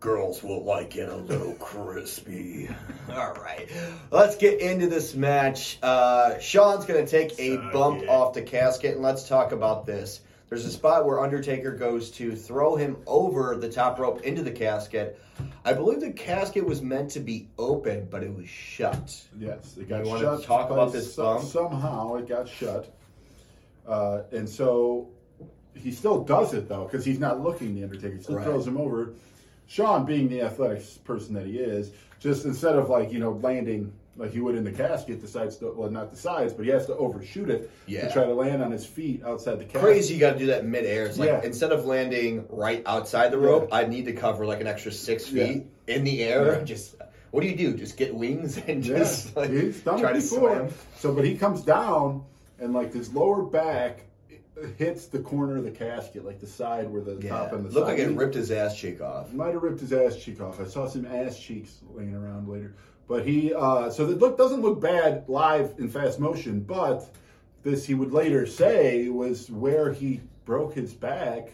B: Girls will like it a little crispy. All right, let's get into this match. Uh, Sean's going to take a bump
C: Okay.
B: off the casket, and let's talk about this. There's a spot where Undertaker goes to throw him over the top rope into the casket. I believe the casket was meant to be open, but it was shut.
C: Yes, it got
B: You wanna
C: shut.
B: talk
C: by
B: about this
C: some-
B: bump?
C: Somehow it got shut, uh, and so he still does it though because he's not looking. The Undertaker still
B: Right.
C: throws him over. Sean, being the athletic person that he is, just instead of like you know landing like he would in the casket, decides to well not decides, but he has to overshoot it
B: Yeah.
C: to try to land on his feet outside the casket.
B: Crazy, you got to do that midair. It's like
C: Yeah.
B: instead of landing right outside the
C: Yeah.
B: rope, I need to cover like an extra six
C: Yeah.
B: feet in the air.
C: Yeah.
B: Just what do you do? Just get wings and just
C: Yeah,
B: like
C: he's done
B: try to
C: it before.
B: swim.
C: So, but he comes down and like his lower back hits the corner of the casket, like the side where the
B: Yeah,
C: top and the
B: looked
C: side.
B: like it ripped his ass cheek off.
C: Might have ripped his ass cheek off. I saw some ass cheeks laying around later. But he, uh, so that look doesn't look bad live in fast motion. But this, he would later say, was where he broke his back,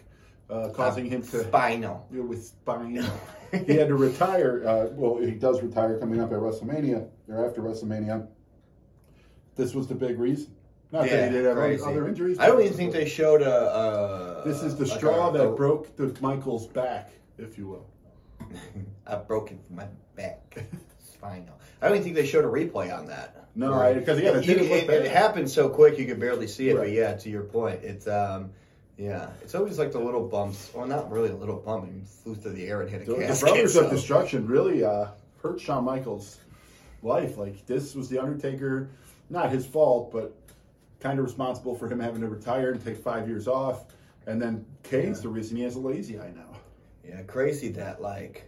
C: uh, causing him to
B: Spinal.
C: it was spinal. he had to retire. Uh, well, he does retire coming up at WrestleMania or after WrestleMania. This was the big reason. Not that he did have
B: crazy.
C: other injuries.
B: I don't
C: but
B: even think they showed a. Uh,
C: This is the
B: like
C: straw
B: a-
C: that
B: a-
C: broke the Michael's back, if you will.
B: I broke it from my back. Spinal. I don't even think they showed a replay on that.
C: No,
B: Right.
C: because yeah, it
B: You-
C: didn't look
B: it,
C: bad.
B: it happened so quick you could barely see it. But
C: Right.
B: yeah, to your point, it's um, yeah, it's always like the little bumps. Well, not really a little bump. It flew through the air and hit a
C: The, the
B: casket.
C: Brothers
B: so-
C: of Destruction really uh, hurt Shawn Michaels' life. Like this was the Undertaker, not his fault, but kind of responsible for him having to retire and take five years off. And then Kane's the reason he has a lazy eye now.
B: Yeah, crazy that like,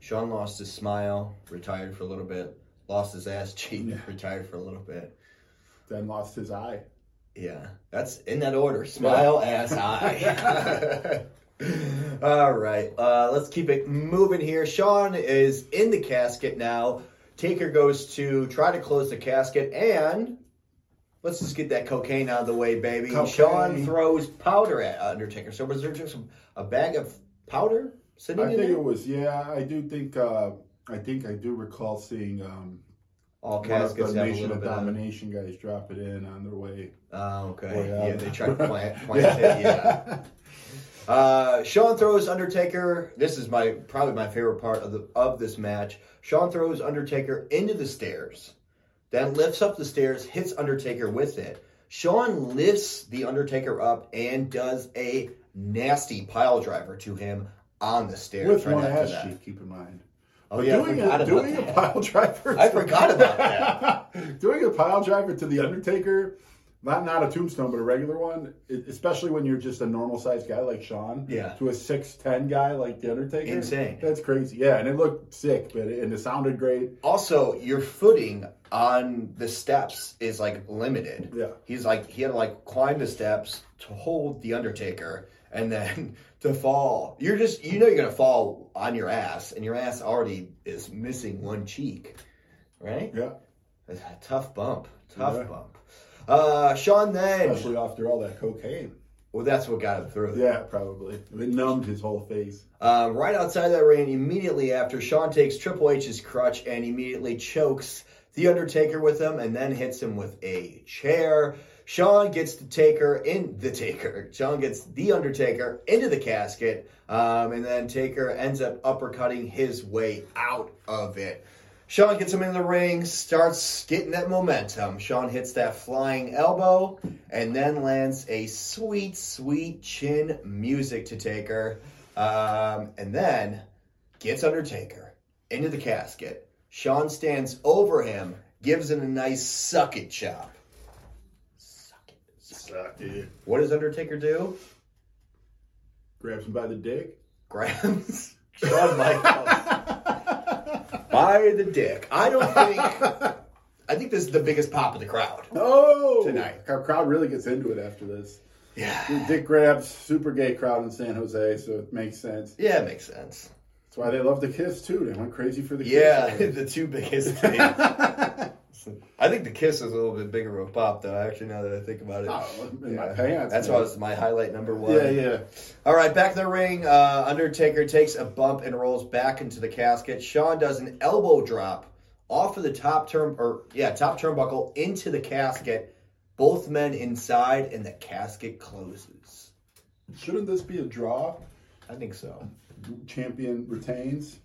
B: Sean lost his smile, retired for a little bit, lost his ass cheek,
C: Yeah.
B: retired for a little bit.
C: Then lost his eye.
B: Yeah, that's in that order. Smile, ass, eye. All right, uh, let's keep it moving here. Sean is in the casket now. Taker goes to try to close the casket, and let's just get that cocaine out of the way, baby.
C: Cocaine.
B: Sean throws powder at uh, Undertaker. So was there just a bag of powder sitting
C: I
B: in
C: think
B: there?
C: it was. Yeah, I do think. Uh, I think I do recall seeing um,
B: All
C: one of
B: caskets
C: the
B: have a
C: Nation
B: little
C: of
B: bit of.
C: Domination guys drop it in on their way.
B: Oh, okay.
C: way out.
B: yeah, they tried to plant, plant it. Yeah. Uh, Sean throws Undertaker. This is my probably my favorite part of the of this match. Sean throws Undertaker into the stairs, then lifts up the stairs, hits Undertaker with it. Sean lifts the Undertaker up and does a nasty pile driver to him on the stairs.
C: With
B: right
C: one
B: after
C: ass
B: that.
C: cheek, keep in mind.
B: Oh
C: But
B: yeah, I
C: doing
B: forgot
C: a,
B: about
C: doing a
B: that.
C: pile driver.
B: I
C: to-
B: forgot about that.
C: doing a pile driver to the Undertaker, not not a tombstone, but a regular one, e- especially when you're just a normal sized guy like Sean,
B: Yeah.
C: to a six ten guy like the Undertaker,
B: Insane.
C: That's crazy. Yeah, and it looked sick, but it, and it sounded great.
B: also your footing on the steps is like limited.
C: Yeah.
B: He's like he had to like climb the steps to hold the Undertaker and then to fall. You're just you know you're gonna fall on your ass and your ass already is missing one cheek. Right?
C: Yeah,
B: It's a tough bump. Tough
C: Yeah.
B: bump. Uh Sean then
C: especially after all that cocaine.
B: Well that's what got him through.
C: Yeah, probably it numbed his whole face.
B: Uh, right outside that ring, immediately after, Sean takes Triple H's crutch and immediately chokes The Undertaker with him and then hits him with a chair. Sean gets the Taker in the Taker. Sean gets The Undertaker into the casket, um, and then Taker ends up uppercutting his way out of it. Sean gets him in the ring, starts getting that momentum. Sean hits that flying elbow and then lands a sweet, sweet chin music to Taker. Um, and then gets Undertaker into the casket. Sean stands over him, gives him a nice suck it chop.
C: Sucked it.
B: What does Undertaker do?
C: Grabs him by the dick.
B: Grabs Shawn Michaels by the dick. I don't think. I think this is the biggest pop of the crowd.
C: Oh,
B: Tonight.
C: our crowd really gets into it after this.
B: Yeah.
C: The Dick grabs super gay crowd in San Jose, so it makes sense.
B: Yeah, it makes sense.
C: That's why they love the kiss too. They went crazy for the kiss.
B: Yeah, the two biggest things. I think the kiss is a little bit bigger of a pop, though. Actually, now that I think about it,
C: Oh, in my
B: Yeah.
C: pants,
B: That's
C: man.
B: what was my highlight number one.
C: Yeah, yeah.
B: All right, back in the ring. Uh, Undertaker takes a bump and rolls back into the casket. Sean does an elbow drop off of the top turn or yeah top turnbuckle into the casket. Both men inside, and the casket closes.
C: Shouldn't this be a draw?
B: I think so.
C: Champion retains.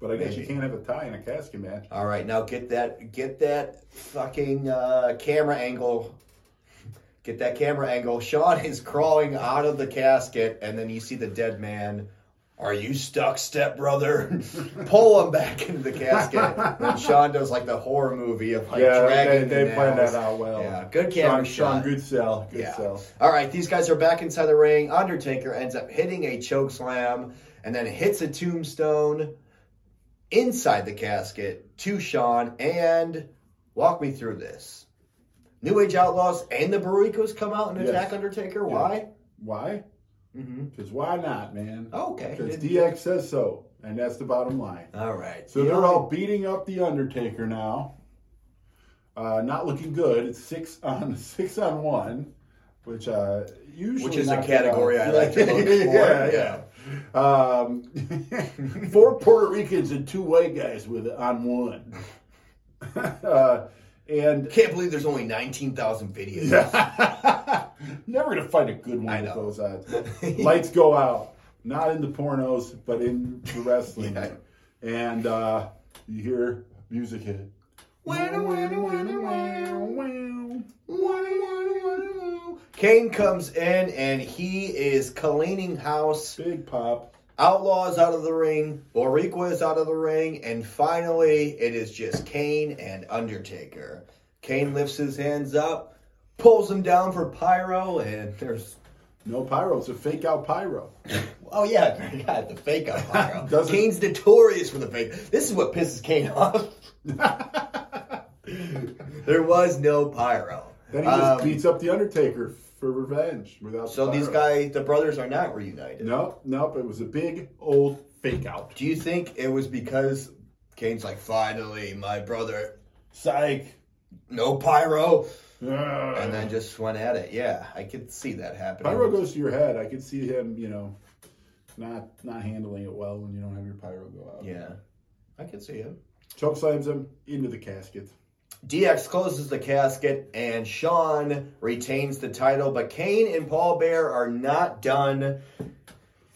C: But I guess you
B: Maybe.
C: can't have a tie in a casket match.
B: All right, now get that get that fucking uh, camera angle. Get that camera angle. Sean is crawling out of the casket, and then you see the dead man. Are you stuck, stepbrother? Pull him back into the casket. then Sean does like the horror movie of like
C: Yeah,
B: dragging. the
C: they- they planned
B: nails.
C: that out well.
B: Yeah, good camera
C: Sean, Sean,
B: shot.
C: good sell. Good
B: Yeah.
C: sell.
B: All right, these guys are back inside the ring. Undertaker ends up hitting a choke slam and then hits a tombstone inside the casket to Sean. And walk me through this. New Age Outlaws and the Barricos come out and
C: Yes.
B: attack Undertaker. Why?
C: Why?
B: Mm-hmm.
C: Because why not, man?
B: Oh, okay.
C: Because DX says so, and that's the bottom line.
B: All right.
C: So they're all beating up the Undertaker now. Uh, not looking good. It's six on six on one, which uh, usually
B: Which is a
C: not good
B: category
C: odds.
B: I like to look for,
C: yeah,
B: yeah.
C: yeah. Um, four Puerto Ricans and two white guys with on one, uh, and
B: Can't believe there's only 19,000 videos.
C: Never gonna find a good
B: I
C: one with
B: know.
C: those odds. Lights go out, not in the pornos, but in the wrestling.
B: Yeah.
C: And uh, you hear music hit.
B: Kane comes in and he is cleaning house.
C: Big pop.
B: Outlaws out of the ring, Boricua is out of the ring, and finally it is just Kane and Undertaker. Kane lifts his hands up, pulls him down for pyro, and there's
C: No pyro. It's a fake out pyro.
B: oh yeah, I forgot the fake out pyro.
C: Doesn't-
B: Kane's notorious for the fake. This is what pisses Kane off. there was no pyro.
C: Then he just
B: Um,
C: beats up the Undertaker for revenge without. the
B: so these
C: pyro.
B: guys, the brothers, are not reunited.
C: Nope, nope. It was a big old fake out.
B: Do you think it was because Kane's like, finally, my brother,
C: Psych.
B: no pyro?
C: Ugh.
B: and then just went at it. Yeah, I could see that happening.
C: Pyro goes to your head. I could see him, you know, not not handling it well when you don't have your pyro go out.
B: Yeah, I could see him.
C: Choke slams him into the casket.
B: DX closes the casket, and Sean retains the title. But Kane and Paul Bear are not done.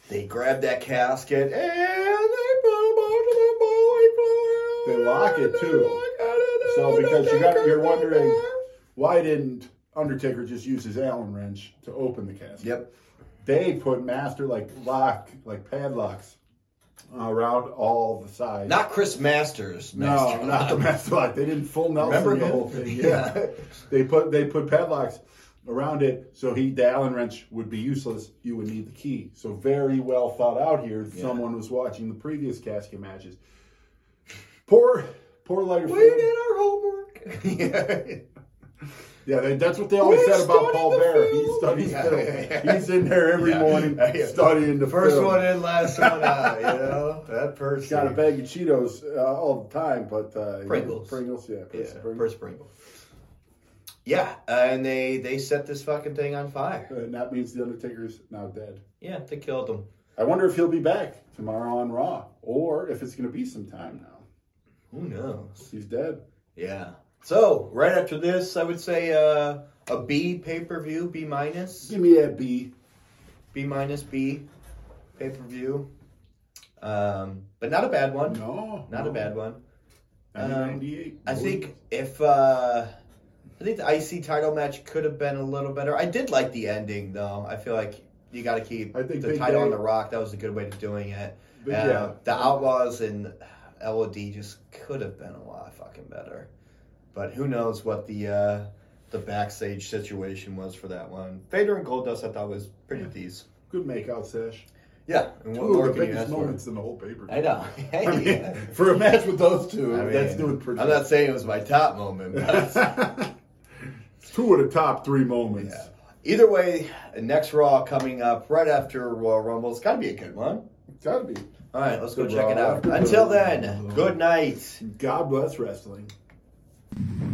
B: They grab that casket and they put him onto the bowling floor.
C: They lock it, too. So because you got, you're wondering why didn't Undertaker just use his Allen wrench to open the casket?
B: Yep.
C: They put master like lock like padlocks around all the sides.
B: Not Chris Masters.
C: no,
B: Master
C: not the master lock. They didn't full Nelson
B: Remember
C: the
B: him?
C: whole thing. Yeah. they put they put padlocks around it so he the Allen wrench would be useless. You would need the key. So very well thought out here. Someone was watching the previous casket matches. Poor poor lighter.
B: We did our homework. yeah.
C: Yeah, they, that's what they always
B: We
C: said about
B: studied
C: Paul
B: the
C: Bear. He
B: film.
C: studies
B: Yeah,
C: film.
B: yeah, yeah.
C: He's in there every
B: Yeah.
C: morning
B: Yeah.
C: studying the
B: First
C: film.
B: one in, last one out. You know that person.
C: Got a bag of Cheetos uh, all the time, but uh,
B: Pringles.
C: Pringles, yeah,
B: Yeah,
C: Pringles, Pringles.
B: first Pringle. Yeah, uh, and they they set this fucking thing on fire.
C: And that means the Undertaker's now dead.
B: Yeah, they killed him.
C: I wonder if he'll be back tomorrow on Raw, or if it's going to be sometime now.
B: Who knows?
C: He's dead.
B: Yeah. So right after this, I would say uh, a B pay per view, B minus,
C: Give me a B.
B: B minus B pay per view. Um, but not a bad one.
C: No,
B: Not a bad one. um,
C: 98.
B: I think if uh, I think the IC title match could have been a little better. I did like the ending though. I feel like you got to keep
C: I think
B: the
C: Big
B: title on
C: Dave-
B: the rock. That was a good way of doing it.
C: But
B: Uh,
C: yeah.
B: the Outlaws and LOD just could have been a lot fucking better. But who knows what the uh, the backstage situation was for that one. Vader and Goldust I thought was pretty decent.
C: good makeout sesh.
B: Yeah, and
C: Two
B: what
C: of
B: more
C: the
B: can you ask
C: biggest
B: for?
C: moments in the whole paper.
B: I know. Hey,
C: I mean,
B: yeah.
C: for a match with those 2
B: I mean,
C: that's doing pretty.
B: I'm not saying it was my top moment. But
C: Two of the top three moments.
B: Yeah. Either way, next Raw coming up right after Royal Rumble. It's got to be a good one.
C: Gotta be.
B: All right, let's go
C: Good
B: check it
C: Raw
B: out.
C: after
B: Until
C: Royal
B: then,
C: Rumble.
B: good night.
C: God bless wrestling.
B: Bye.